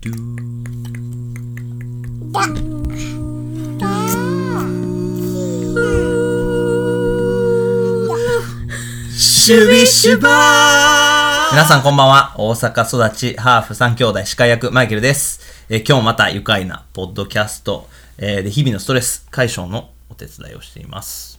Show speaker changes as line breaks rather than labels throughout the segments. ドゥー
だだ
シュビシュバー皆さんこんばんは。大阪育ち、ハーフ3兄弟司会役、マイケルです。えー今日また愉快なポッドキャスト、えーで日々のストレス解消のお手伝いをしています。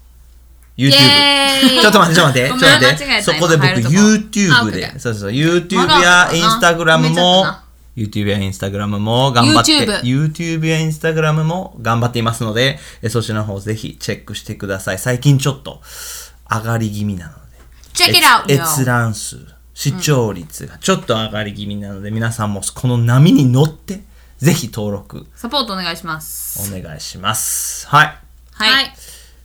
YouTube
イエー。イ
ちょっと待って、ちょっと待って、ちょ
ご
っ
めん
と待
間
っ
違
て。
えた
そこで僕
今入るとこあ
YouTube
オッケ
で、
ー
そうそう、YouTube や
まだあるかな
Instagram
埋めちゃっ
も
たな、
YouTube や Instagram も頑張って、YouTube や Instagram も頑張っていますので、えそちらの方ぜひチェックしてください。最近ちょっと上がり気味なので。
Check it out,
え
yo!
閲覧数、視聴率がちょっと上がり気味なので、皆さんもこの波に乗って、ぜひ登録
サポートお願いします。
お願いします。はい。
はい。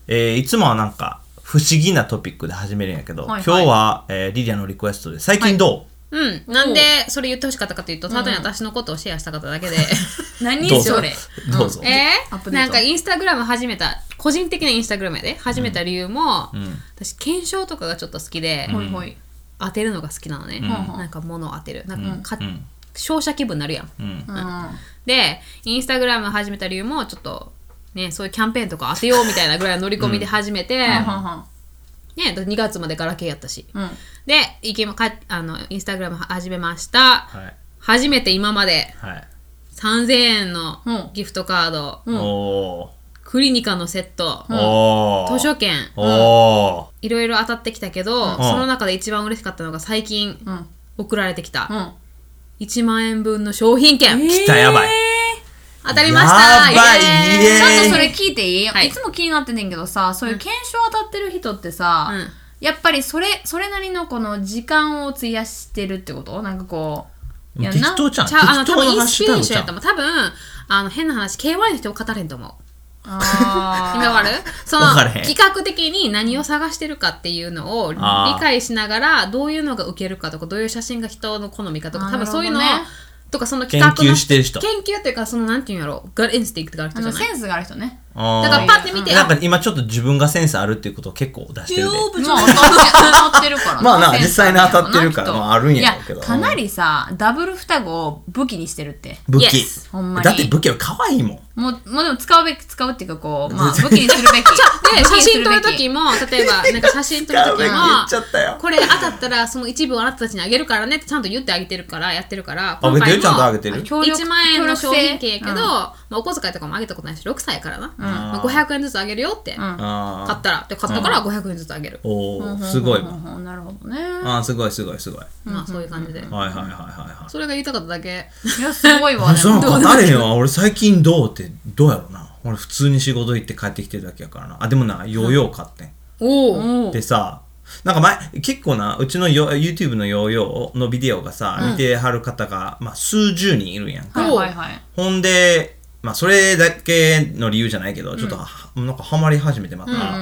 えーいつもはなんか不思議なトピックで始めるんやけど、
はいはい
今日は、えーリリアのリクエストで最近ど
うん、なんでそれ言ってほしかったかというとただに私のことをシェアしたかっただけで、
う、
何
どうぞ
それ。
どうぞ、
え
アップ
ー、
デー
な
ト
んかインスタグラム始めた個人的なインスタグラムやで始めた理由も、
ん
私検証とかがちょっと好きで、
ほいほい。
当てるのが好きなのね、なんか物を当てるなんかか、
うん
勝者気分になるやん、
うん
うん。
でインスタグラム始めた理由もちょっとねそういうキャンペーンとか当てようみたいなぐらいの乗り込みで始めて、
は
ね、2月までガラケーやったし、
んはん。
でいけまかあのインスタグラム始めました
はい
初めて今まで
はい、
3000円の
うん
ギフトカード、
うん
お
クリニカのセット
ー、、おー
図書券
おー
いろいろ当たってきたけど、その中で一番嬉しかったのが最近
うん。うん。
送られてきた、
うん。
1万円分の商品券、
来たやばい
当たりました
やばい
イエーイ
イエーイ
ちょっとそれ聞いていい、
はい
い、つも気になってんねんけどさそういう検証当たってる人ってさ、
うん
やっぱりそれそれなりのこの時間を費やしてるってことなんかこうやんな
適当ちゃん
ちゃうあの
適
多
当
分
な
イ
ハッ
ンス
シュ
ピレ
タ
ー
グち
ション
ゃ
やった
ん
もん多分あの変な話 KY の人を語れんと思う
あ ー
わかるその
わかれへん
企画的に何を探してるかっていうのを理
あー
解しながらどういうのが受けるかとかどういう写真が人の好みかと
あ
か
ー
多分そういうのを、
なるほどね
とかその企画の
研究してる人
研究というかそのなんていうんやろうガルインスティンクトがある
あ
人じ
の
ゃない
センスがある人ね
おー
だからパッて見て、
なんか今ちょっと自分がセンスあるっていうことを結構出してるで
もう当たってるから
まあな
センス
実際に当たってるから
きと
まああるんやろうけど
いやかなりさダブル双子を武器にしてるって
武器、
Yes
ほんまに
だって武器は可愛いもん
もうもうでも使うべき使うっていうかこ うまあ武器にするべき
で
武器
写
にす
真
べ
撮
き
る時も例えばなんか写真撮る時
やべ言っちゃ
も
ったよ
これ当たったらその一部をあなたたちにあげるからねってちゃんと言ってあげてるからやってるから
あげてるちゃんとあげ
て
てる
協力
1万円の商品券やけど、
協力性
まあ、お小遣いとかもあげたことないし6歳やからな、まあ、
あー
500円ずつあげるよっ
ん
て、
あ
買ったらで買ったから500円ずつあげる、
ーおーすごいわ
うんうんうんなるほどね
あーすごいすごいすごいはい
まあそういう感じで、
はいはいはいはい
それが言いたかっただけ
いやすごいわ
あそ
で
うな
も
んか誰よ俺最近どうってどうやろうな俺普通に仕事行って帰ってきてるだけやからなあでもなヨーヨー買ってん、
おお、
お
でさなんか前結構なうちのヨ YouTube のヨーヨーのビデオがさ、見てはる方が、まあ、数十人いるんやんか、
はいはいはい
ほんでまあそれだけの理由じゃないけどちょっとは、なんかハマり始めてまた、だか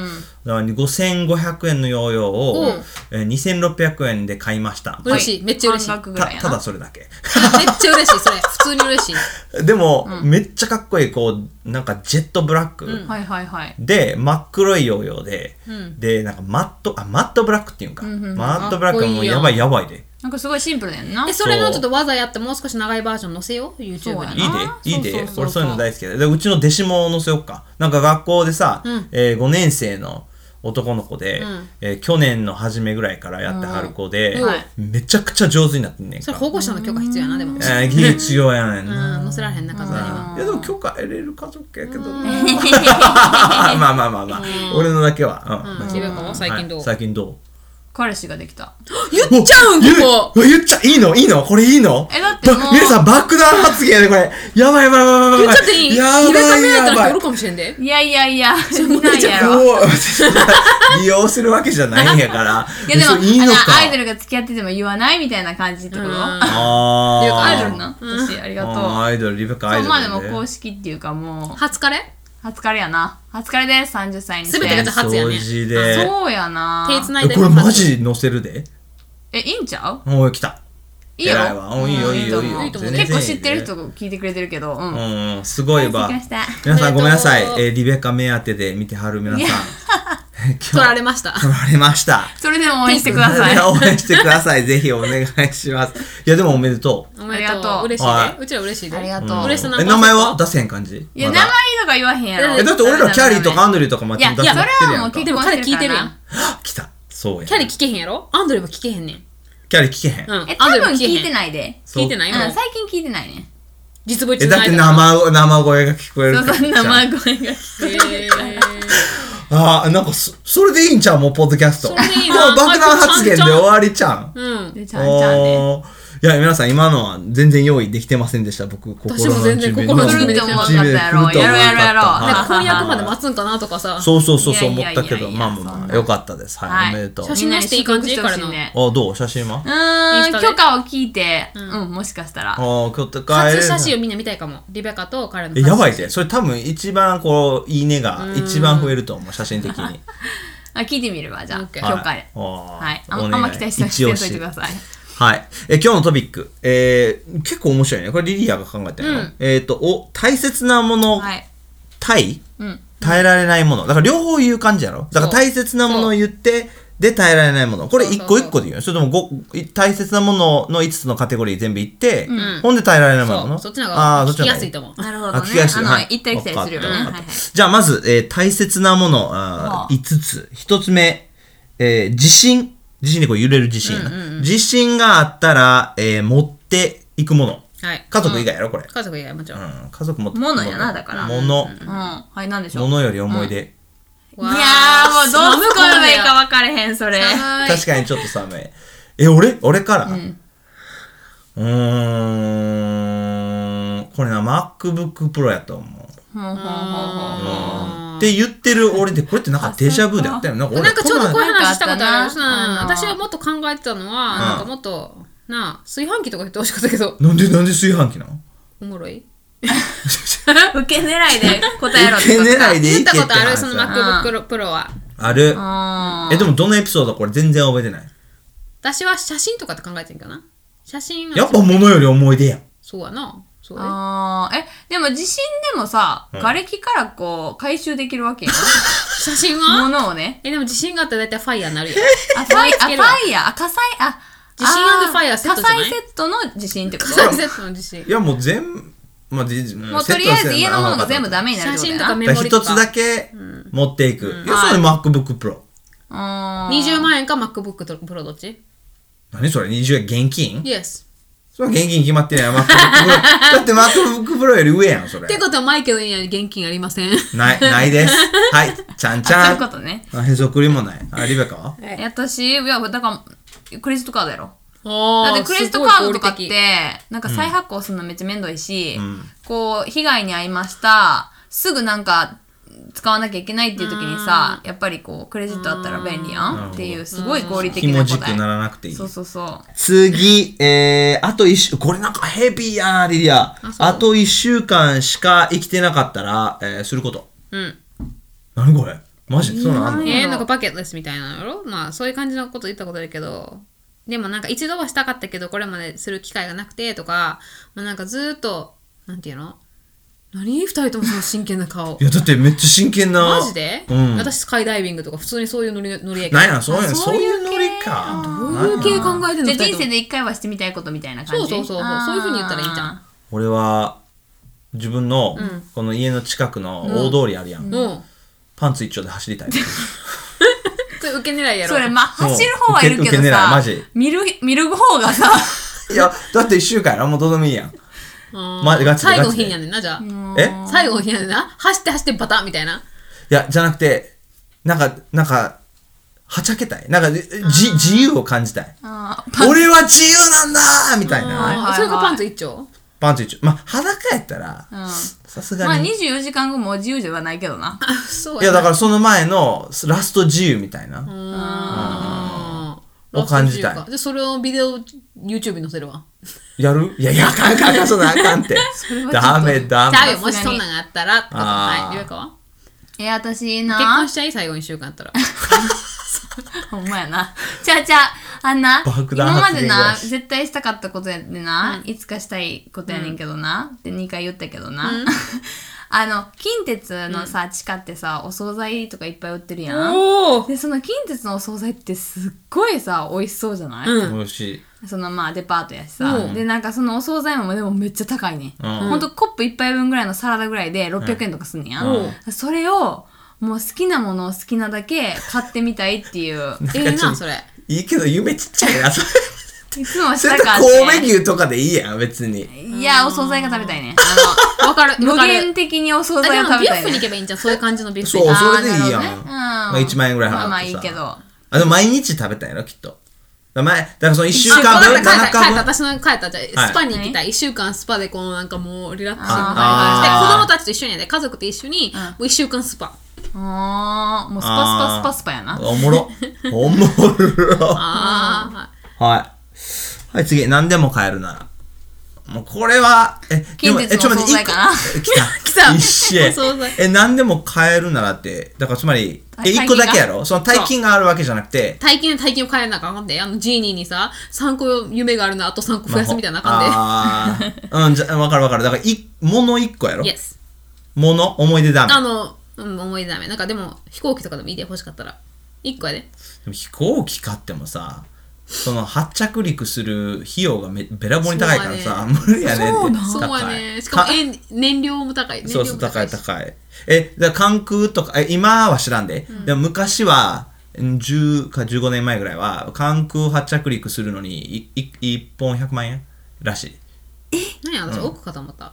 ら5500円のヨーヨーを、
うん
えー2600円で買いました、
嬉しい、めっちゃ嬉しい
半額
めっ
ぐ
た
らいや
た
な
だそれだけ
ちゃ嬉しいそれ普通に嬉しい
でも、めっちゃかっこいいこうなんかジェットブラック、
はいはいはい
で真っ黒いヨーヨーで、でなんかマットあマットブラックっていうんか、マットブラックはもうやばいやばいで
なんかすごいシンプルだよな
えそれのちょっと技やってもう少し長いバージョン載せよう
そう
YouTube
や
に
ない
い
あ
でいい
そう
で
そうそうそう
俺そういうの大好きだでうちの弟子も載せよっかなんか学校でさ、え5年生の男の子で、えー去年の初めぐらいからやってはる子で、
うんはい
めちゃくちゃ上手になってんねん
そ
か
れ保護者の許可必要やなでも、うん、
えー、技術用やねんな、
載せられへんな数にはい
やでも許可得れる家族やけどな まあまあまあまあ俺のだけは、うん
自分も最近どう、
はい最近ど
彼氏ができた
う
言っちゃうん
お言
ここ
う言っちゃいいのいいのこれいいの
えだってもう
ば皆さん爆弾発言やでこれやばいやばいやばいやばい
言っちゃっていい
や
入れた目やった
ばい
ら人お
や
るかもしれんで
いやいやいやい
無
な
理
い
じゃ
や
ん
ろ
ばいおー利用するわけじゃないんやから
いやでも
それいい
あ
の
の
か
アイドルが付き合ってても言わないみたいな感じってこと
うん
あー
っていうか
アイドルな私ありがとう
あーアイドルリベカアイ
そう
ドル
まあ
や
で
で
も公式っていうかも
初カレ
う初彼やな初彼です30歳にして
全てが初やね
掃除で
そうやな
手繋い
え
で
これマジ載せるで
えいいんちゃう
おい来た
いいよ
偉いわおいいよいいよいいよ
うん
と思う
全然いい
結
で
構知ってる人が聞いてくれてるけどうん
うん、すごいわ
失礼しました。
皆さんごめんなさい
お めでと。う
えーリベカ目当てで見てはる皆さん。日
取られました。
取られました。
それでも応援してください。
応援してください。ぜひお願いします。いや、でもおめでとう。
おめで
あ
と
り
う。
がとう
嬉しい
は
ね。
いう
ちら嬉しいね。
ありがとう
嬉しさ
え、名前は出せへん感じ
いや、
ま
名前
だ
とか言わへんやろ。
え、だって俺らキャリーとかアンドリューとかも
いや
出してもらってるやんか。
いやそれはもう
でも彼聞いてるやん。
来た。そうや。
キャリー聞けへんやろアンドレも聞けへんねん。
キャリー聞けへん。
うん。
え、多分聞いて
い。
ないで。
そう
聞いてな
う
い
ん、
もう
最近聞いてないね。
実物
え、だって
前。
生生声が聞こえる
そ
か
う
ら
そう、生声 が聞こえる。
へー
ああ、なんかそ、それでいいんちゃうもう、ポッドキャスト。
それでいい
も
な
う爆弾発言で終わりちゃん。
う ん。
で、ちゃんちゃんね。
おーいや、皆さん、今のは全然用意できてませんでした、僕、心の
私も全然
準備
心
来
の準
るって
備
思わんかったや
準
ろ。
備で
やろうやろうやろう。
はい
なんか婚約まで待つんかなとかさ。
そうそうそうそう
い
思
や
っ
いや
た
いやいや
けど、まあまあまあ、よかったです。は、
はいい
おめでとう。
写真なしでいい感じ
みんなに
からの
ね
あ、どう写真は
う
イン
ー
スタ
ん、
で
許可を聞いて、うん、もしかしたら。
ああ、今日帰れ
初
る
写真をみんな見たいかも。リベカと彼の
え
初写真。
やばいで。それ多分一番こう、いいねが一番増えると思う、写真的に。
あ、聞いてみるわ、じゃあ。
オッケ
許
ー
可
は
で
い。。おー
はい。あ
お
ん
願
あんま期待して
一押
といてください。
はい。え、今日のトピック。えー結構面白いね。これリリアが考えたよ、
うん
えっ、と、お、大切なもの、
はい。
対
うん。
耐えられないもの。だから両方言う感じやろだから大切なものを言って、で耐えられないもの。これ
そう
一
そうそ
個
う
一個で言うのそれともご大切なものの5つのカテゴリー全部言って、
ん
ほんで耐えられないもの
そ
の。
う。そっちの方
あー
が
そっちの
聞き
方
やすいと思う。
なるほ
あ、聞きやすい。
あの、
はい
行ったり来たりするよね。
わ
は
か
い
った
はい。
じゃあ、まず、えー大切なもの、
は
あ
あ
ー5つ。1つ目、えー自信。自信でこう揺れる自信、自信があったら、えー持っていくもの。
はい。
家族以外やろ、これ。
家族以外もちろ。
うんん、家族持って
物やなだから
物。
うん。はい、なんでしょう。
物より思い出。
いやー、もうどうすこばいいか分かれへん、それ。
はい。
確かにちょっと寒い。え、俺俺からうんーん。これな、MacBook Pro やと思う。
ほうほうほうほ
うん
う
って言ってる俺で、これってなんかデジャブであったよね。なんか俺
なんかちょうどこういう話したことある。
なんかあったな
うん私はもっと考えてたのは、なんかもっと、なあ、炊飯器とか言ってほしかったけど、
なんで、なんで炊飯器なの
おもろい。
受け狙いで答えろ
受け狙いで
言
いけ
った
って
ことある
話
その
だ
MacBook Pro は。
ある。
うん
え、でもどのエピソードこれ全然覚えてない。
私は写真とかって考えてんかな写真は
やっぱ物より思い出やん。
そうやな。そうや
あーえ、でも地震でもさ、瓦礫からこう、回収できるわけやん。
写真は
物をね。
え、でも自信があったら大体ファイヤーになる やん。
あ、ファイ
つ
あ、
け
フ
るわ
ァイヤー、あ、火災、あ、
地震
あ
ファイヤーセットじゃな
火
い
災セットの地震ってこと
サンセットの自信
い。や、もう全、まあ、でうん
もう
セ
と
ット
り
は
あ
せ
え
ん
ず
な
家のものが全部ダメになるっ
写
てこと
真と
や
か
な。
メ
だか
モ
ら
リと
一つだ
か。
け持っていく。いや、それ MacBook Pro。
20万円か MacBook と Pro どっち
何それ ?20 円現金
?Yes。
それは現金決まってないやん MacBook Pro。だって MacBook Pro より上やん、それ
って。ことはマイケルの家に現 金ありません。
ない、ないです。はい、ちゃんち
あ
ゃ
そういうこ
ん。
とね。
あへそくりもない。あ、リベカは
え私、いや、だから、クレジットカードやろ。
あ
だってクレジットカードとかっ
すごい
て
合理的、
なんか再発行するのめっちゃめんどいし、こう、被害に遭いました、すぐなんか、使わなきゃいけないっていう時にさ、やっぱりこう、クレジットあったら便利や
うん
んっていう、すごい合理的
紐
な
じ
答
く
え。
ならなくていい
そ。うそうそう。
次、えー、あと一週、これなんかヘビーやな、リリア。あ
そう
と一週間しか生きてなかったら、えー、すること。
うん。
何これマジそうなんあんの
えー、なんかバケットですみたいなのやろまあそういう感じのこと言ったことだけどでもなんか一度はしたかったけどこれまでする機会がなくてとか、まあ、なんかずーっとなんていうの何二人ともその真剣な顔
いや、だってめっちゃ真剣な。
マジで、
うん。
私スカイダイビングとか普通にそういうノリノリやけど
なんや、そういう、
あ
そ
そうう
い
いう
ノリか。
そういう系考えてん
じゃ
の二
あ人
人と
生
も
で一回はしてみたいことみたいな感じ
そうそうそうそう
あー
そういうふうに言ったらいいじゃん
俺は、自分の、この家の近くの大通りあるやん。
うん
パンツ一丁で走りたい。
それ受け狙いやろ
それ、ま、
そう
走る方はいるけ
受け
ど
受け狙いマ
さ
ジ、
見る、見る方が さ、
いや、だって一週間やろもうどうでもいいやん。
うん
まガチで
最後の
ガチで
日やねんなじゃあ
え
最後の日やねんな走って走ってバタンみたいない
や、じゃなくて、なんか、なんか、はちゃけたい。なんか、じ、自由を感じたい。
あー
俺は自由なんだーみたい
はい
な。
はい
それがパンツ一丁
パンツ一丁。まあ、裸やったら、
うん
さす
まあ
がに。
24時間後も自由ではないけどな。
そう
いや、だかららその前の、ラスト自由みたいな。を感じたい
でそれをビデオ YouTube に載せるわ
やるいや、いや、あかんあかんあかん、そんなんあかんって。ダメ、ダ
ちゃう
メ
よ、。もしそんなんがあったら。
あー
はい、ゆうかは
え、私
結
な
婚しちゃい最後に週間あったら。
ほんまやな。ちゃうちゃう、あんな、
爆弾
今ま
発言
で
ぐら
な、
いし
絶対したかったことやってな、いつかしたいことやねんけどな、って2回言ったけどな。 あの、近鉄のさ、地下ってさ、お惣菜とかいっぱい売ってるやん。
おお
で、その近鉄のお惣菜ってすっごいさ、美味しそうじゃない、
うん
美味しい。
そのまあデパートやしさ、
うん
でなんかそのお惣菜もでもめっちゃ高いね、
うん
ほんとコップ一杯分ぐらいのサラダぐらいで600円とかすんねや、
うん
それをもう好きなものを好きなだけ買ってみたいっていう
ええ
んかちょっ
な
と
それ
いいけど夢ちっちゃいな。それ
いつもし
そ れ
た
と
かって
神戸牛とかでいいやん、別に。
いやお惣菜が食べたいね
あのわかる
無
わかる
限的にお惣
あで
菜
も
を食べ
ビュ
た
ッ
い
フェに
ね
行けばいいんじゃんそういう感じのビュッフェ
そう
あ
あー
それでいいやん
なるほどねうん
まあ、1万円ぐらい払ってさ
まあまあいいけど
あでも毎日食べたんやろきっとだから前だからその1週
あ
間
わか
分
った帰った帰った
7日分
私の帰ったじゃ
はい
あスパに行きたい1週間スパでこのなんかもうリラックスして
あー
子供たちと一緒にやで家族と一緒に
うん
もう1週間スパ
あーもうスパ
あ
ス
ー
パスパスパやな
おもろおもろ
ああ
はいはい次何でも買えるならもうこれはえでも
近鉄の
えちょっと待っ
お惣菜
て
かな
一個え 来た
来た
一緒
お惣菜
え何でも買えるならってだからつまり
あ
え1個だけや
大金
ろその大金があるわけじゃなくて
大金で大金を変えなあかんであのジーニーにさ3個夢があるなあと3個増やすみたいな感
あーうんじゃ分かる分かるだからい物1個やろ
じで Yes
物思い出だ
あの、うん、思い出ダメなんかでも飛行機とかでもいいで欲しかったら1個やで
でも飛行機買ってもさその発着陸する費用がめべらぼうに高いからさ、無理やねんって
そうや
高い
ねしかも
か
えん燃料も高い燃料
そ
も
うそう高い
し
高いえだから関空とかえ今は知らんで、でも昔はん10か15年前ぐらいは関空発着陸するのに1本100万円らしい
何や私奥かと思った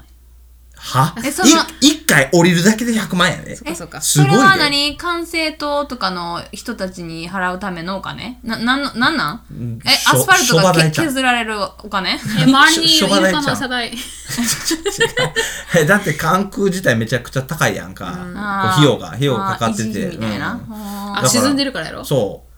は
えその
1回降りるだけで100万円やで、
そうかそうか
すごい
そ
で
れは何管制塔とかの人たちに払うためのお金な、なんの、なんなんえ、
しょ
アスファルト
諸話
が
題
け
ちゃう
削られるお金
え周りにい
しょ
る
しょうがないじゃん
可能世代
え だって関空自体めちゃくちゃ高いやんか、こう費用が費用がかかってて
あー維持費みたいな
うん
あ
だから
あ沈んでるからやろ
そう。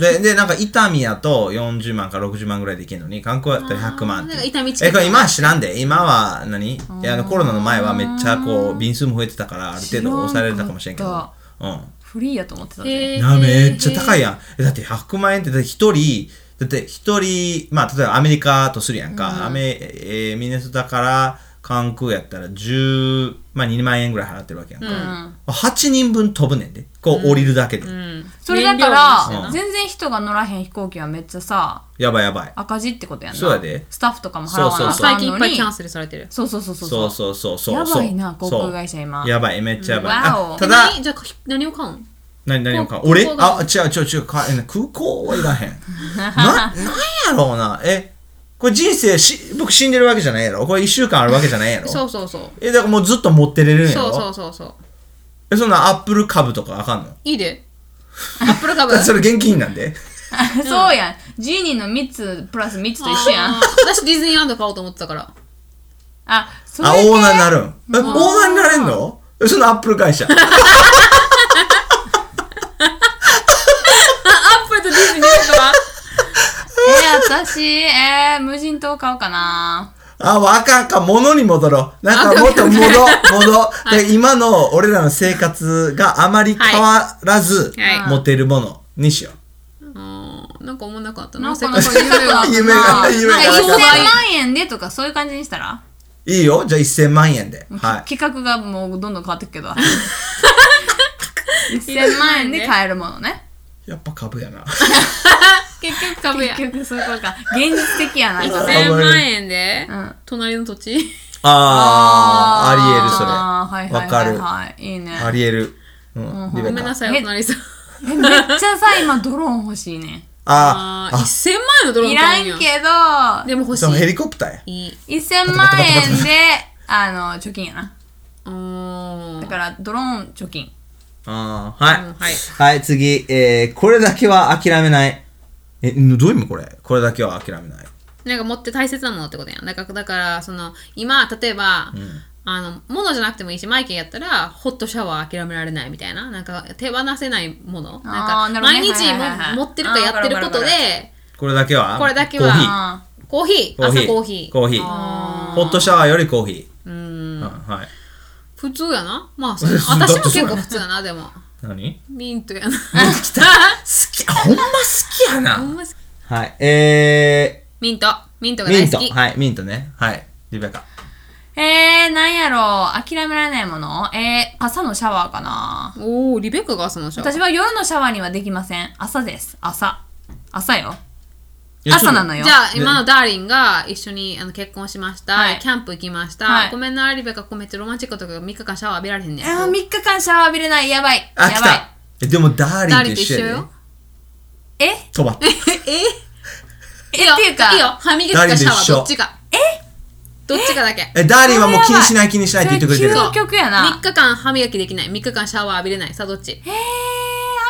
で、で、なんか、伊丹やと40万か60万ぐらいできるのに、観光やったら100万っ
あーなん
て。
か伊丹近い
え、これ今は知らんで。今は何、いや、あの、コロナの前はめっちゃ、こう、便数も増えてたから、ある程度抑えられたかもしれんけ
知らん
ど
か。
うん。
ーフリーやと思ってたぜ。
へー
な、めっちゃ高いやん。えだって100万円って、だって1人、だって1人、まあ、例えばアメリカとするやんか。アメ、えーミネソタから、関空やったら10、まあ2万円ぐらい払ってるわけやんか。8人分飛ぶねんで。こう降りるだけで。
うん
それだか
燃料も
ら、
なし
全然人が乗らへん飛行機はめっちゃさ、
やばいやばい。
赤字ってことやんな。
そうやで
スタッフとかも払わなあか
最
ん
近い
の
っぱい
に
キャンセルされてる
そうそうそうそう。
そうそうそうそう。
やばいな
そう
航空会社今
そうやばい、めっちゃやばい。
うんわお
あた
え
だ、
何じゃあ何を買うん
何、何を買う
航
俺
空
あ、違う違う違う、かえ空港はいらへん。 な、なんやろうな。え、これ人生し、僕死んでるわけじゃないやろ。これ一週間あるわけじゃないやろ。
そうそうそう
え、だからもうずっと持ってれるんや
そ
ろ。
うそうそうそう
え、そんなアップル株とかあかんの
いい でアップル株
それ現金なんで。
そうやん。ジーニーの3つプラス3つと一緒やん。
あー私ディズニーランド買おうと思ってたから
あ、それ
あ、オ
系
ーナーになるん。え、オーナーになれんのえ、そのアップル会社。
アップルとディズニーランドは
え、私、えー、無人島買おうかな。
あ、わかんか、物に戻ろう。なんかもっと戻、戻。で今の俺らの生活があまり変わらず、
はいはい
持てるものにしよ
うんなんか思んなくなった
な
なん
か
世
なん
界
か
中
夢があったな
夢が夢が
なんか1000
なんか
万円でとかそういう感じにしたら
う。いいよ、じゃあ1000万円で。
もう
はい。
企画がもうどんどん変わってく けど1000万円で買えるものね
やっぱ株やな。
結局株や
結局そういうことか現実的やなこれ
1000万円で
ん
隣の土地
あー、ありえる、それ。
あー
わかる。
はいはいはいはいいいね
ありえる。うん、リ
ご
ベ
めんな
カ。
さいお隣さん
えめっちゃさ今ドローン欲しいね
あ
あ
ー、
ー
あ、
1000万円のドロー
い
ン
らん
買うん
け
や
ど
でも欲し
そのヘ
い
リコプターや。
いい
1000万円であの貯金やな
うーん
だからドローン貯金
あー、はい
うんはい。
はい、次。えー、これだけは諦めない。え、どういう意味これこれだけは諦めない。
なんか持って大切なものってことやん。だから、だからその今、例えば、あの物じゃなくてもいいし、マイケルやったら、ホットシャワー諦められないみたいな、なんか手放せないもの、
あ
な
ー
ん
な
か
るほど
毎
ね
日
はい
も
はいはい
持ってるかやってる
あーわかるわ
こと
かるわ
で
か、
これだけは
これだけ
コーヒー。
は
あ
コーヒー、朝コーヒー。
コーヒー。ホットシャワーよりコーヒー。うん。はい。
普通やな。ま あ、そう
だって
私も
そう
結
や
構
な
普通やな、でも。
何好
ミントや な。
き、ほんま好きや
ほん
な。
ま好き
はい。え
ミント、ミント
ー、
が
ミ
大
ント。
好き。
はい、ミントね。はい。リベカ。
ーえー、なんやろう。諦められないものえー、朝のシャワーかな。
おおリベッカが朝のシャワー
私は夜のシャワーにはできません。朝です。朝。朝よ。
いやちょっと
朝なのよ
じゃあ今のダーリンが一緒にあの結婚しました、
はい
キャンプ行きました、
はい
ごめんなリベッカこうめっちゃロマンチックとか3日間シャワー浴びられへんねん
あー、3日間シャワー浴びれない。やばい。
あ、
や
来
ばい
た。えでも、ダー
ダー
リ
リ
ンと
ン
一
と一
緒
緒
やで
よ。
え
飛ば って。
いいよ
っていうか
いいよ歯磨きかシャワーどっちかえどっちかだけ
え、ダーリンはもう気にしない気にしないって言ってくれてる。
それ究極やな。
3日間歯磨きできない3日間シャワー浴びれないさあどっち
えー、歯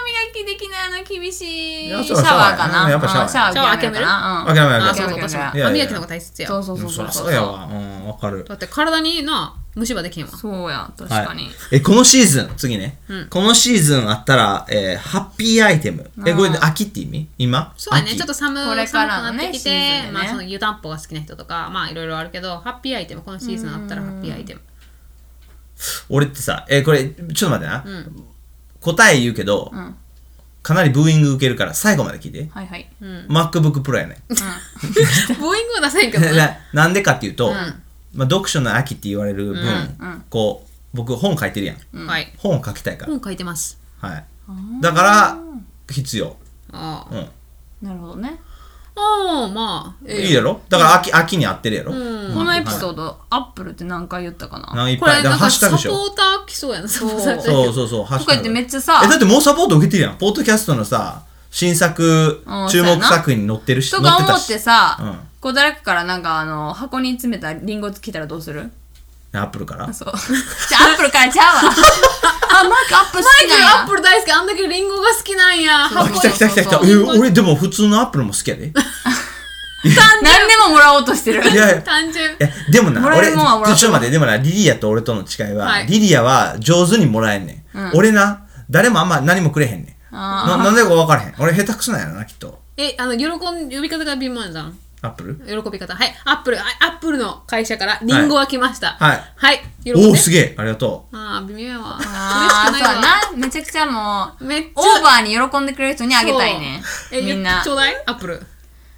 磨きできないの厳しい。
い
シ
や
ャ
そうだ
ワーかな。
シャワーややっぱシャワー
うんシャワー諦めるかな。
諦める
あ
諦
そ
め
う
る
そう
諦め諦
私も
いやいやい
め
歯
や
磨きの方が大切や
そうそうそう
そ
そうう。
そうやわ。うん、わかる。
だって体にな虫歯できへんわ
そうや、確
はい
かに。
え、このシーズン、次ね。このシーズンあったら、えーハッピーアイテム。え、これで秋って意味今
そうやね
秋
ちょっと寒
これからのね
寒くなってきて、
シーズンでね
まあその湯たんぽが好きな人とかまあいろいろあるけどハッピーアイテムこのシーズンあったらハッピーアイテム
俺ってさ、え、これ、ちょっと待ってな。答え言うけど、かなりブーイング受けるから、最後まで聞いて。
はいはい。
MacBook Pro やね。
ボーイングは出せへんけ どね
ななんでかっていうと、まあ、読書の秋って言われる分、こう僕本書いてるやん
はい
本を書きたいから、
本書いてます
はい、だから必要、
あ
うん
なるほどね。
あまあええ
いいやろだから秋秋に合ってるやろ、
このエピソード、アップルって何回言ったかな
なんかいっ
こ
ぱい
れ
だから
なん
ハッ
か
シュタグ
サ
で
ポ
しょ
ーター来そうやなサポータ
そ
ー
う
そうそうそうハッシュタグ
とか言ってめっちゃさ
えだってもうサポート受けてるやんポッドキャストのさ新作
うん
注目作品に載ってるし載
と
っ
か
て
思
た
っ
して
さ、
うん
こう誰かからなんかあの箱に詰めたリンゴ来たらどうする
アップルから
そう。じゃあアップルからちゃ うわ。あ、マイクアップル好きなんや。
アップル大好きあんだけリンゴが好きなんや
あ来た来た来た来た
そうそう
え俺でも普通のアップルも好き やで
何でももらおうとしてる。
いやいや
単純
えでもな
もらえ
俺
るもんはもらって
ちょっと待ってでもなリリアと俺との違いは、
はい
リリアは上手にもらえんねん、俺な誰もあんま何もくれへんねんな
あ
なんでか分からへん俺下手くそなんやろなきっと
えあの喜ん呼び方が微妙じゃん
アップル
喜び方はいアップルあアップルの会社からリンゴが来ました
はい
はい喜んで
おおーすげえありがと
ああ微妙やわ
あー
嬉し
そう
くない
や
わ
な。めちゃくちゃもう、
めっちゃ
オーバーに喜んでくれる人にあげたいね。
そうえ
みんな
ち。ょうだいアップル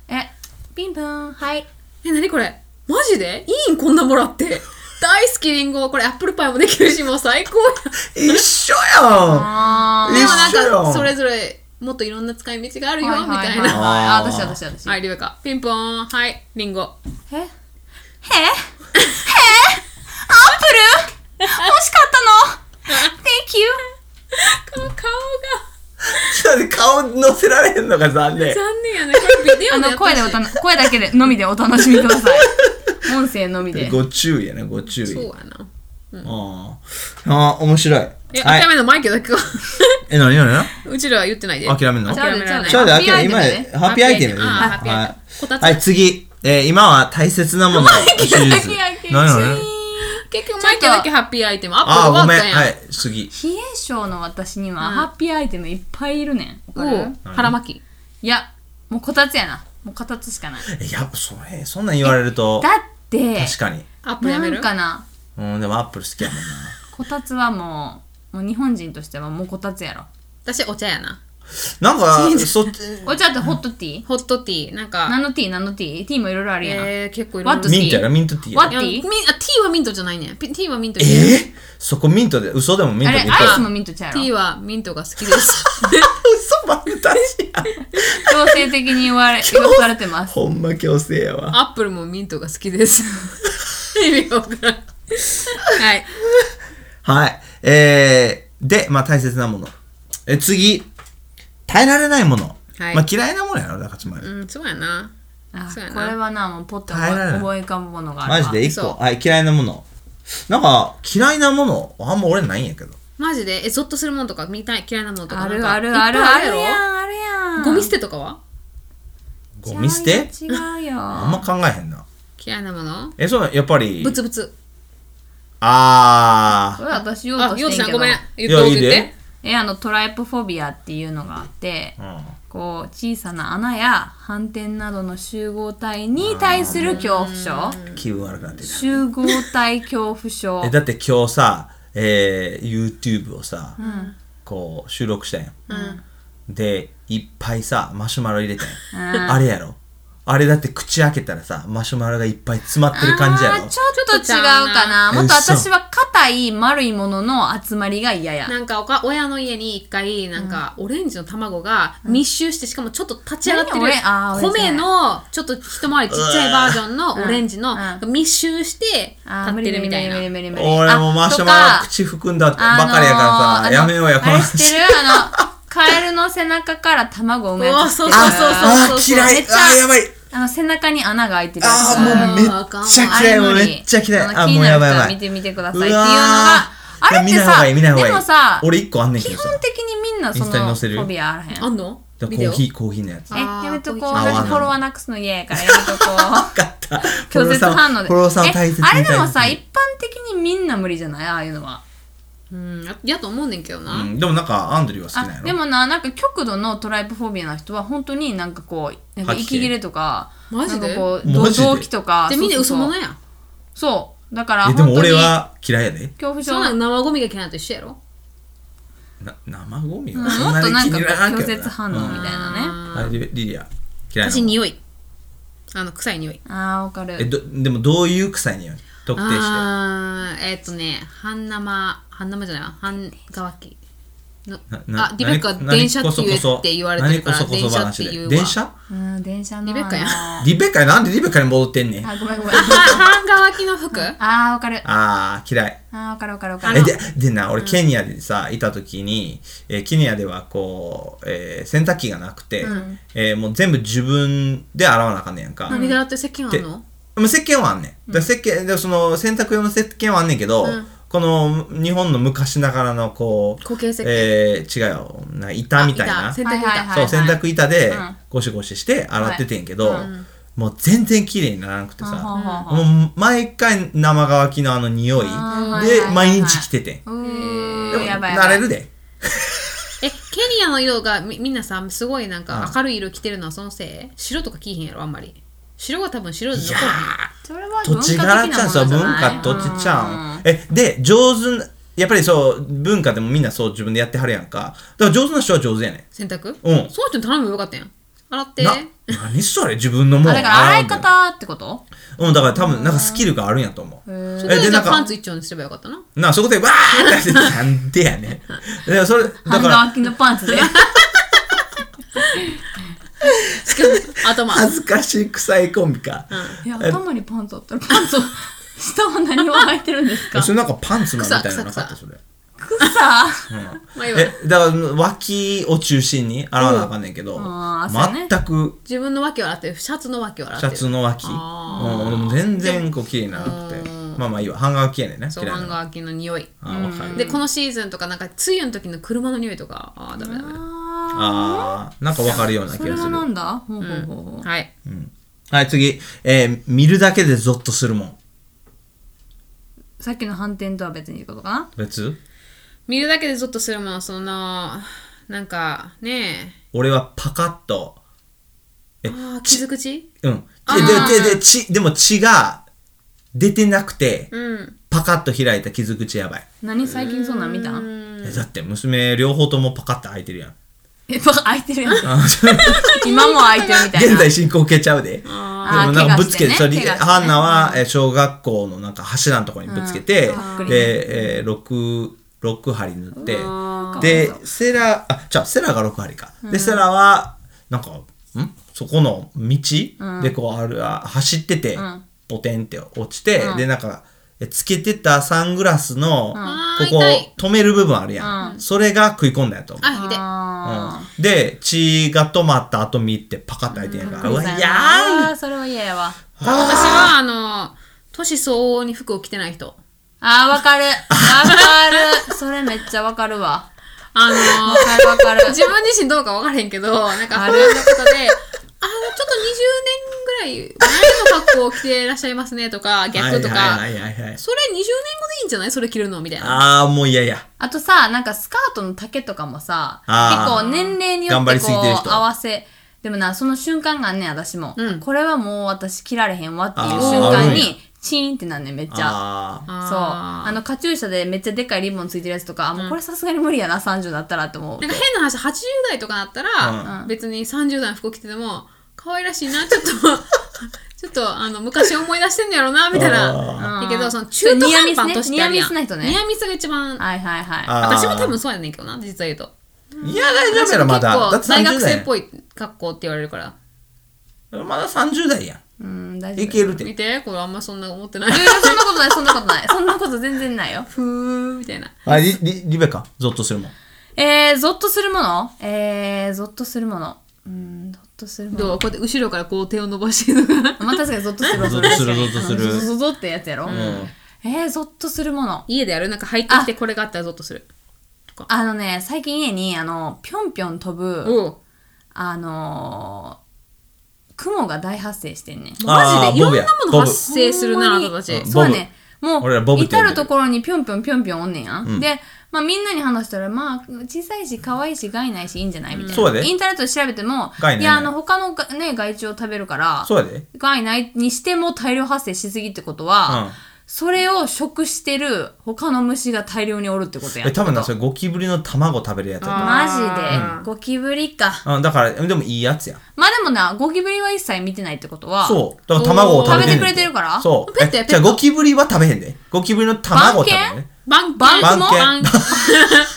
え、ピンポン、はい。
え何これマジでいいんこんなも らって大好きリンゴこれアップルパイもできるしもう最高や
う一緒やん
あー
でもな ん
一緒や
か
ん
それぞれもっといろんな使い道があるよみ
はいは
た
い
い
はいはい
な
あ、私私私。
はいリベカピンポーンはいリンゴ
えへえへえアップル欲しか ったの Thank you!
顔が
だって顔乗せられへんのが残念
残念やねこれビデ
あ
オで
の
やってほ
声
しい
でおたな声だけでのみでお楽しみください 音声のみで
ご注意やねご注意
そう
あ
やな
あーあー面白い
え、
はい
諦めのマイケルだけか
え何何何
うちらは言ってないで
諦めんの
諦められない
ちゃうで
ハ
諦
ッピーア
め
イテム
今
ね
ねハッピーアイテム
あハッピーアイテムこ
はい
たつ
はい次えー今は大切なものをシ リ ーズ何何何
結局マイケルだけハッピーアイテムアップ
ああ
ル終わ
ご
っ
めん
たやん
はい次
冷え性の私にはハッピーアイテムいっぱいいるねんわかる
おう腹巻き
いやもうこたつやなもうこたつしかないだ
えやっぱそれそんなん言われると
って
確かに
アップルや
な
め
ん
る
かな
うんでもアップル好きやもんな
こたつはもうもう日本人としてはもうこたつやろ
私お茶やな
なんか、そっち、
お茶ってホットティー
ホットティーなんか
何のティー何のティーティーもいろいろあるやん、
えー結構いろ
ワ
いろ
ットティー
ミントやろミントティーや
ワ
ろ
ッ
いや
ティ
み
ー
んあティーはミントじゃないねピティーはミント
え
じゃない
ーそこミントで、嘘でもミン
あ
ト
れ
で。
アイスもミントちゃうや
テ
ろ
ィーはミントが好きです
嘘ばっかしや。
強制的に言わ れ言わされてます
ほんま強制やわ。
アップルもミントが好きです意味わからんはい
はい。えー、で、まあ大切なもの。え、次。耐えられないもの。
はい
まあ嫌いなものやろ、だからつまり。
うんそうやな
あ
そうやな
これはなもうポッと
耐えられない
覚え浮かぶものがあるわ
マジで一個。
そ
はい、嫌いなもの。なんか、嫌いなもの、あんま俺ないんやけど。
マジでえゾッとするものとか見たい嫌いなものとか
あ
なん
る
か
あ
いっ
る
ぱい
あるあ
や
る
ろ
やんあるやん
ゴミ捨てとかは
ゴミ捨て
違うよ違うよ
あんま考えへんな。
嫌いなもの
え、そうなん、やっぱり
ブ。ツブツ
あ
これ私言おう
あ
と、
よう
してん
さ
け
んご
ど
めん。
ー。
言って
い
言っ
で
て。
えあのトライポフォビアっていうのがあって、
うん。
こう小さな穴や斑点などの集合体に対する恐怖症
気分悪くなってきた。
集合体恐怖症
えだって今日さ、えー、YouTube をさ、こう収録したやん、でいっぱいさマシュマロ入れたやん、あれやろあれだって口開けたらさマシュマロがいっぱい詰まってる感じやろ
あーちょっと違うかな。もっと私は硬い丸いものの集まりが嫌や。
なんかおか親の家に一回なんかオレンジの卵が密集してしかもちょっと立ち上がってる
何オレあーオレンジね
米のちょっと一回りちっちゃいバージョンのオレンジの
う
密集して
あー
立
無
っ
理
て
無理
るみ
無
たい
理
な
無理無理無理。
俺もマシュマ
あ
ロ口含んだばかりやからさ、
あのー
やめようや、
あ
こ
の
の
あれ知
話
って。るあの、カエルの背中から卵を産むやつ知ってる。
おーそうそうそう
あー嫌
め
い
っ。ち
あー、
ゃ、
やばい。
あの、背中に穴が開いてるやつ。
あー、もうめっちゃ嫌い。もうめっちゃ嫌い。
あ
あ、も
の気
う
に
やば
なる
い
人
や
は
ばい。
見てみてくださ
うわ
いって
ー
いうのが、あ
い
れっ
や見
て
ない方
さ、
がいい、見ない方がいい。
でもさ、
俺一個あんねんけ
基
ど
本
さ。
的にみんなそ
インスタに
の
載せる
フォビアあらへん。
あんの
でコ
ビデ
ー
オ
ヒー、コーヒーのやつ。
え、
わ
あー
やめとこう。
コーヒ
ー
私フォロワーなくすの嫌やから、やめとこう。
かった。
拒絶反応で。
フォロワーさんを大切
え
に
あれでもさ、
大切
一
に
般的にみんな無理じゃないああいうのは。
うんややと思うねんけどな、
うん、でもなんか、アンドリューは好きなんや
あ
ろ。
でもな、なんか極度のトライプフォビアな人は、本当になんかこう、なんか
吐き気
息切れとか、
マジで
なんかこう、
マ
ど
ジで
動悸とか。
じゃあみんな
そうそ
嘘
うそう
物やん
そう。だから、
え、
本
で
当
も
に
俺は嫌いやで。
恐怖
そんな
症
ん生ゴミが嫌いなのと一緒やろ
な生ゴミは
うん
そんなに気に入らんけど
もっとなんかこう拒絶反応みたいなね
あー
うんはい、リリリア。嫌いな
私
の。
匂いあの臭い匂い
あー、わか
え、
る。
ど、でもどういう臭い匂い特定して。
あーえっ、とね半生半生じゃないわ半乾きの
なな
あリベッカ
何
電車って言え
何こそこそ
って言われてるから
何こそこ
電
そ
車っ
話
て
で
言うわ
電車
うん、電車の。
リベッカやん
あ
リベッカなんでリベッカに戻ってんねん。あ
のー、あごめんごめん。
は半乾きの服
あー、わかる。あ
あー、嫌い。
ー、わかるわかるわか
え
る。
ででな俺ケニアでさいた時に、えーケニアではこう、えー洗濯機がなくて、えーもう全部自分で洗わなあかんねやんか。
何で洗って石鹸あんの
まあ石鹸はあんねん。だから石鹸でその洗濯用の石鹸はあんねんけど、
うん
この日本の昔ながらのこう
固形石鹸
えー違うよな板みたい
あ
な
板洗濯板、
はいはいはい
そう洗濯板で
うん
ゴシゴシして洗っててんけど、
はいうん
もう全然綺麗にならなくて
は
さ、
はは
もう毎回生乾きのあの匂いで
あーはいはい
毎
はい
日着ててん。
う
で
ー
も
ん、やばいやば。
ないれるで。
えケニアの色がみみんなさすごいなんか明るい色着てるのはそのせい白とか着いへんやろあんまり白が多分白で
い
残
や
る
それは
ー、土地柄ちゃうんすよ、文化、土地ちゃうん。え、で、上手な、やっぱりそう、文化でもみんなそう自分でやってはるやんか。だから上手な人は上手やねん。
洗濯
うん
そう人に頼むよかったやん洗って
な、何それ自分のもん。
あだから洗
うん
い
だよ
方ってこと
うん、だから多分、なんかスキルがあるんやと思う。
そこ
え
で
で
じゃ
な
あ
んか
パンツ一丁にすればよかったな
な、そこで、わーってやって、なんでやねん。で、それ、だ
半
から、
乾きのパ ンツで。
しかも 頭
恥ずかしい臭いコンビか。
いや、頭にパンツあったら、パンツを、下は何を履いてるんで すか
それなんかパンツマンみたいなのな
草
かっ
草
た、それ。
くさ。
まあいいわ
え、だから脇を中心に洗わなあかんねんけど、
んあーそうね
全く
自分の脇を洗ってるシャツの脇を洗
シ
って
ャ
る
ツの脇。
あ
うん、でも全然こう綺麗にならなくて。まあまあいいわ。半乾きやねんね。
そ
嫌
う
いなの。あ
ハンガー着の匂い
ーわかる。
でこのシーズンとかなんか梅雨の時の車の匂いとかああダメダメ
あ
あー、なんかわかるような
ー
気
それ
がす
は
る。
なんだほうほうほうほう。
はい
はい、次。えー見るだけでゾッとするもん。
さっきの反転とは別にいうことかな
別
見るだけでゾッとするものそのなんかね
俺はパカッと。
えあー傷口
うん。
あー
で、で、で、血、でも血が出てなくて、
うん
パカッと開いた傷口やばい。
何最近そんなん見たん
えだって娘両方ともパカッと開いてるやん。
え、バカ開いてるやん。今も開いてるみたい
現
な。
在進行形ちゃうで。でもな
ー
んかぶつけて、
怪我してね
それ、
怪我してね
ハンナはえー小学校のなんか柱のところにぶつけて、
うん
で、えー、6、6針塗って、で、セラ、あ、じゃセラが6針か。で、セラは、なんか、んそこの道でこうある、あ走ってて、ポテンって落ちて、で、なんか、えつけてたサングラスの、
うん
こ
あー痛い
こ、止める部分あるやん。それが食い込んだやと思う。
あひで
あ
うんで、血が止まった後見てパカッと開いてんやから、うわ、
ー
いやー
あーそれは嫌やわ。
私はあの年相応に服を着てない人
あー、わかる。わかる。それめっちゃわかるわ。
あの
わかるわかる。
自分自身どうか分からへんけど、なんか、
あ
あ
る
るのことで、あの、ちょっと20年ぐらい前の格好を着てらっしゃいますねとか、逆とか
は、いはいはいはいはい。
それ20年後でいいんじゃないそれ着るのみたいな。
あー、もういやいや。
あとさ、なんかスカートの丈とかもさ、結
あー
構年齢によ
頑
っ
張
て
り
こ
すぎてる人
う合わせ、でもな、その瞬間があんねん、私も。
うん
これはもう私切られへんわっていう
あー
瞬
ある
間
んや
に、チーンってなんねん、めっちゃ。
あー。
そう。
あー
あの、カチューシャでめっちゃでかいリボンついてるやつとか、あもうこれさすがに無理やな、30だったらって思う
な。んか変な話、80代とかなったら、別に30代の服を着てても、可愛らしいな、ちょっと、 ちょっとあの昔思い出してんのやろなみたい
あ
な
ー
だけどその中途半端としてあるやん
ニアミスねニアミスないとね
ニアミスが一番
はいはい
あ
は
私も多分そうやねんけどな実は言うと
いや、大丈夫やろ、まだ。だっ
結
て
構大学
30
生
代
っぽい格好って言われるから
やん。まだ30代や
い。うん、大
ん。
丈夫。
いけるって
見。てこれあんまそんな思ってない
いやいやそんなことない、そんなことない。 そんなこと全然ないよ。
ふーみたいな
あ、リ、リリベカ、ゾッとするもん。
えー、ゾッとするものえー、ゾッとするもの。うん、ゾッとするもの。
どうこうやって後ろからこう手を伸ばしてるのが
まあ確かにゾッとするわ。
ゾッとする
確かに
ゾッとする
うんゾゾゾってやつやろ。えー、ゾッとするもの。
家でやるなんか入ってきてこれがあったらゾッとする
あのね、最近家に、あの、ぴょんぴょん飛ぶ、
おう
あのー、雲が大発生してんねん。
マ
あー
ジでいろ
ボ
ん
ブや
なもの発生するなあ
ほん
な
ま
た
に
たち
うん
そうやね。も
俺らボ
う、
ブって呼
至
んでる
るところにぴょんぴょんぴょんぴょんおんねんや。で、まあみんなに話したら、まあ小さいし可愛いし害ないしいいんじゃないみたいな。
そうやで
インターネットで調べても、
害ない
いや、あの、他のがね、害虫を食べるから、
そうやで。
害ないにしても大量発生しすぎってことは、
うん
それを食してる他の虫が大量におるってことや
え、多分な、
って
そ
こ
れゴキブリの卵食べるやつ
と
や
マ
あー
ジで、ゴキブリか。
と。うん、だから、でもいいやつや。
まあでもな、ゴキブリは一切見てないってことは、
そう。だから卵を食べてんねん
食べてくれてるから
そう。
ペットや
え
ペット
じゃあゴキブリは食べへんで。ゴキブリの卵を食べる
番
ね。
バン
バン
バン
バン
バン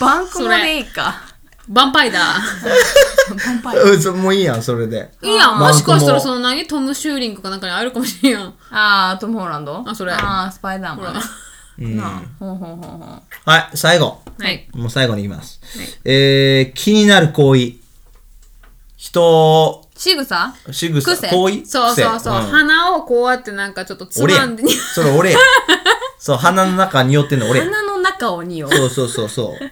バンクもでいいか。
バンパイダ
バンパイア
うんそ、もういいやん、それで。
ーいいやん
バンクも
もしかしたらその何トム・シューリングかなんかにあるかもしれんやん
あー、トム・ホーランド
あそれ
あー、スパイダー
ほ
マ
ら
ンね。
うん
なあほんほんほんほん。
はい、最後。
はい
もう最後に言います。えー、気になる行為。人、
仕草
仕草、
癖
行為
そうそうそう、
癖ん
鼻をこうやってなんかちょっとつ
俺や
まん
ん
で。
それ俺やん。そう、鼻の中に匂ってんの俺やん。
鼻の中を匂う。
そうそうそうそう。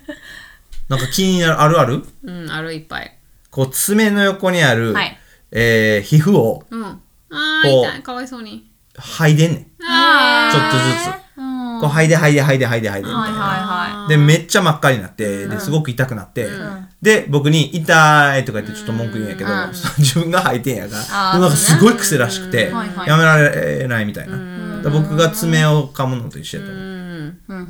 なんか気になる、あるある
うんあるいっぱい
こう、爪の横にある、
はい
えー、皮膚を
うんあー
こう
痛いかわいそうに
剥いでんねん。
あ
ちょっとずつこう、
は
剥いで剥いで剥いで剥いで剥いでみたい
い
な。
はいは
で、めっちゃ真っ赤になって、ですごく痛くなって、で、僕に、痛いとか言ってちょっと文句言うんやけど、
うん
自分が吐いてんやから、
あー
でもなんかすごい癖らしくて、
うんはいはい
やめられないみたいな。で僕が爪を噛むのと一緒やと思
う
う。
ん
い。うんうん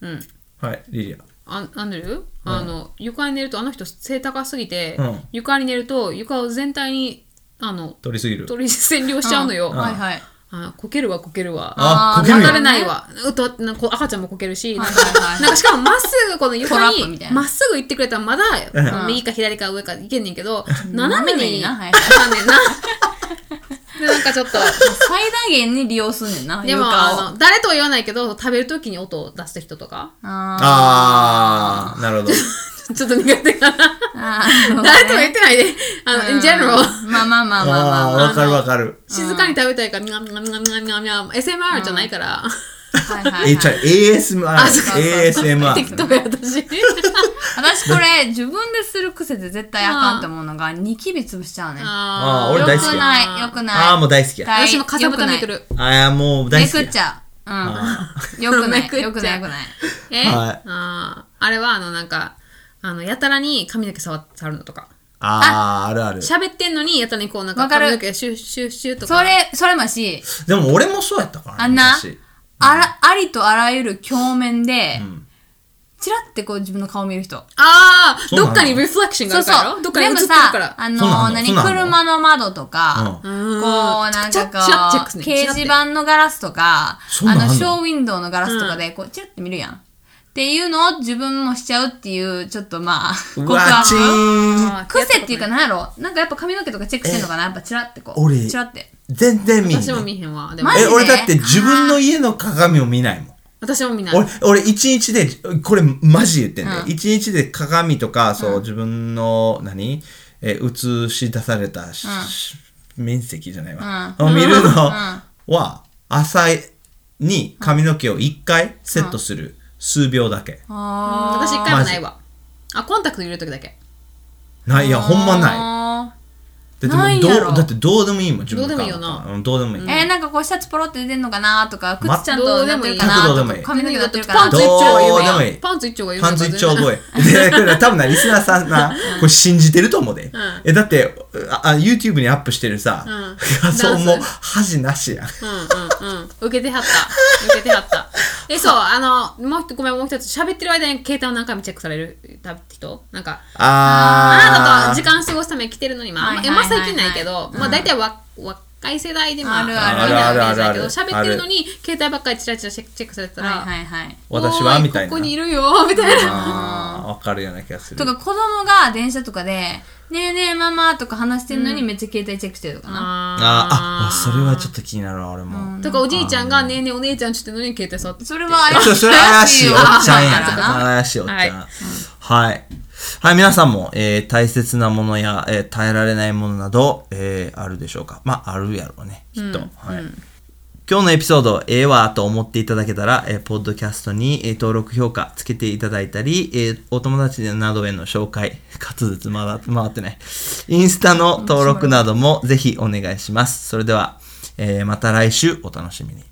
うん
うん
はい、リリア。
あアンドリュー、あの床に寝るとあの人背高すぎて、
うん
床に寝ると床を全体にあの
取りすぎる。
取り占領しちゃうのよ、
はいはい。
あこけるわこけるわ
あ
ー
こけるやん
離れないわ、うっとなんかこう赤ちゃんもこけるし、
はい
なんか
はいはい
なんかしかもまっすぐこの
トラ
床
ップみ
に
たいな
まっすぐ行ってくれたらまだ、
うん
右か左か上かいけんねんけど、斜
斜
めに
めになはいはい
かんねんなでなんかちょっと
最大限に利用すんねんな、
でも
床
あ
を。
の誰とは言わないけど食べるときに音を出す人とか
あ
あー、なるほど。
ちょっと苦手かな
ー。あー
誰とは言ってないであの、in general
まあまあまあまあま
あ
あ
ー、
まあ。
わかるわかる。
静かに食べたいから、みゃみゃみゃみゃみゃみゃ、SMR じゃないから。
はいはいは
え、
い
ちゃう ASMR。
そうそう
ASMR
適。当や、私。
私これ、自分でする癖で絶対あかんと思うのが、ニキビ潰しちゃうねん。よ
あ
あ
ー俺大好き
くない、よくない。
あー、もう大好きや。
大
私も風ぶためてる。
あー、もう大
め
好き
くっ
や
ち。ゃう。
あ
うん。よくな
め
い、
くっちゃう
よくない、よくない。
え、
はい
あーあれは、あの、なんか、あの、やたらに髪の毛触触るのとか。
あー、あるある。
喋ってんのに、やたらにこう、なんか
わかる
髪の毛シュッシュッシュッとか。
それ、それもやし、
でも俺もそうやったから
あんな
昔、
あら、ありとあらゆる鏡面で、チラってこう自分の顔見る人。
ああ、
そうな
ど
の
っかにリフレクションがあ
そう
るからや
そ
ろ
う。
どっかに映
で
っ
も
てる
さ
から。
あ
そうな
の、
の
何
そうなの
車の窓と
うん
か、こう
うん
なん
チラ
か
ッチラッチェック
こ
す
う、
ね
掲示板のガラスとか、
そんな
あ
んあん
の、
の
ショーウィンドウのガラスとかで、こう、チラって見るやん。っていうのを自分もしちゃうっていう、ちょっとまあ、
うわちーん
あー
癖っていうか、なんやろなんかやっぱ髪の毛とかチェックしてんのかなやっぱチラってこう。
俺
チラって。
全然見んね
私も見へんわ。でも
マ、ジ
え
で
俺だって自分の家の鏡を見ないもん
私も見ない。
俺俺一日でこれマジで言ってんだよ一、日で鏡とかそう、自分の何え映し出されたし、面積じゃないわ、を見るのは朝に髪の毛を一回セットする、数秒だけ
あ
私一回もないわ。あ、コンタクト入れるときだけ。
ないいや
ー
ほんまないだっても
な
う
い
ど
やろ
うだってどうでもいいもん自分の
どうでもいいよな
顔うんどうでもいい、
えー、なんかこうシャツポロって出てんのかなとか、
ま
靴ちゃんとなってるか
どうで
な
も
と
いい
か、髪の毛なってるか
パ
な
ン
ど
ツ
う
一
で
丁
も
はい
い
言
どう
うな
で
よ
もいい
パンツ一丁が言うな
パンツ一丁覚え。で、これ多分な、リスナーさんな、これ信じてると思うで。え、だって、ああ YouTube にアップしてるさ、画像も恥なしやん。
うんうんうん。受けてはった。受けてはった。え、そう、あの、もう一つ、ごめん、もう一つ、喋ってる間に携帯を何回もチェックされる人なんか、あ
あー。
なたと時間過ごすために来てるのに、まあ、あん
は
ま
いはいはいはい
あんま最近ないけど、まあ大体わ、わ若い世代でも
あるある
みんなのイメージだけど
あるあるある
喋ってるのに携帯ばっかりチラチラチェックされてたら、
はいはいはい。
私は
おー
みたいな
ここにいるよみたいな
ああ、わかるような気がする。
とか子供が電車とかで、ねえねえママとか話してんのにめっちゃ携帯チェックしてるとかな。
あーあ、それはちょっと気になるわ、俺も。
とかおじいちゃんがねえねえお姉ちゃんちょって言ってんのに携帯触って
それは怪し
そ
い。
それ怪しいおっちゃんや
だから。な
怪しいおっちゃん。はい。はい、皆さんも、えー大切なものや、えー耐えられないものなど、えーあるでしょうか。まあ、あるやろうね、きっと。はい。今日のエピソード、ええわと思っていただけたら、えーポッドキャストに、えー登録、評価つけていただいたり、えーお友達などへの紹介、滑舌まだ回ってない。インスタの登録などもぜひお願いします。それでは、えーまた来週お楽しみに。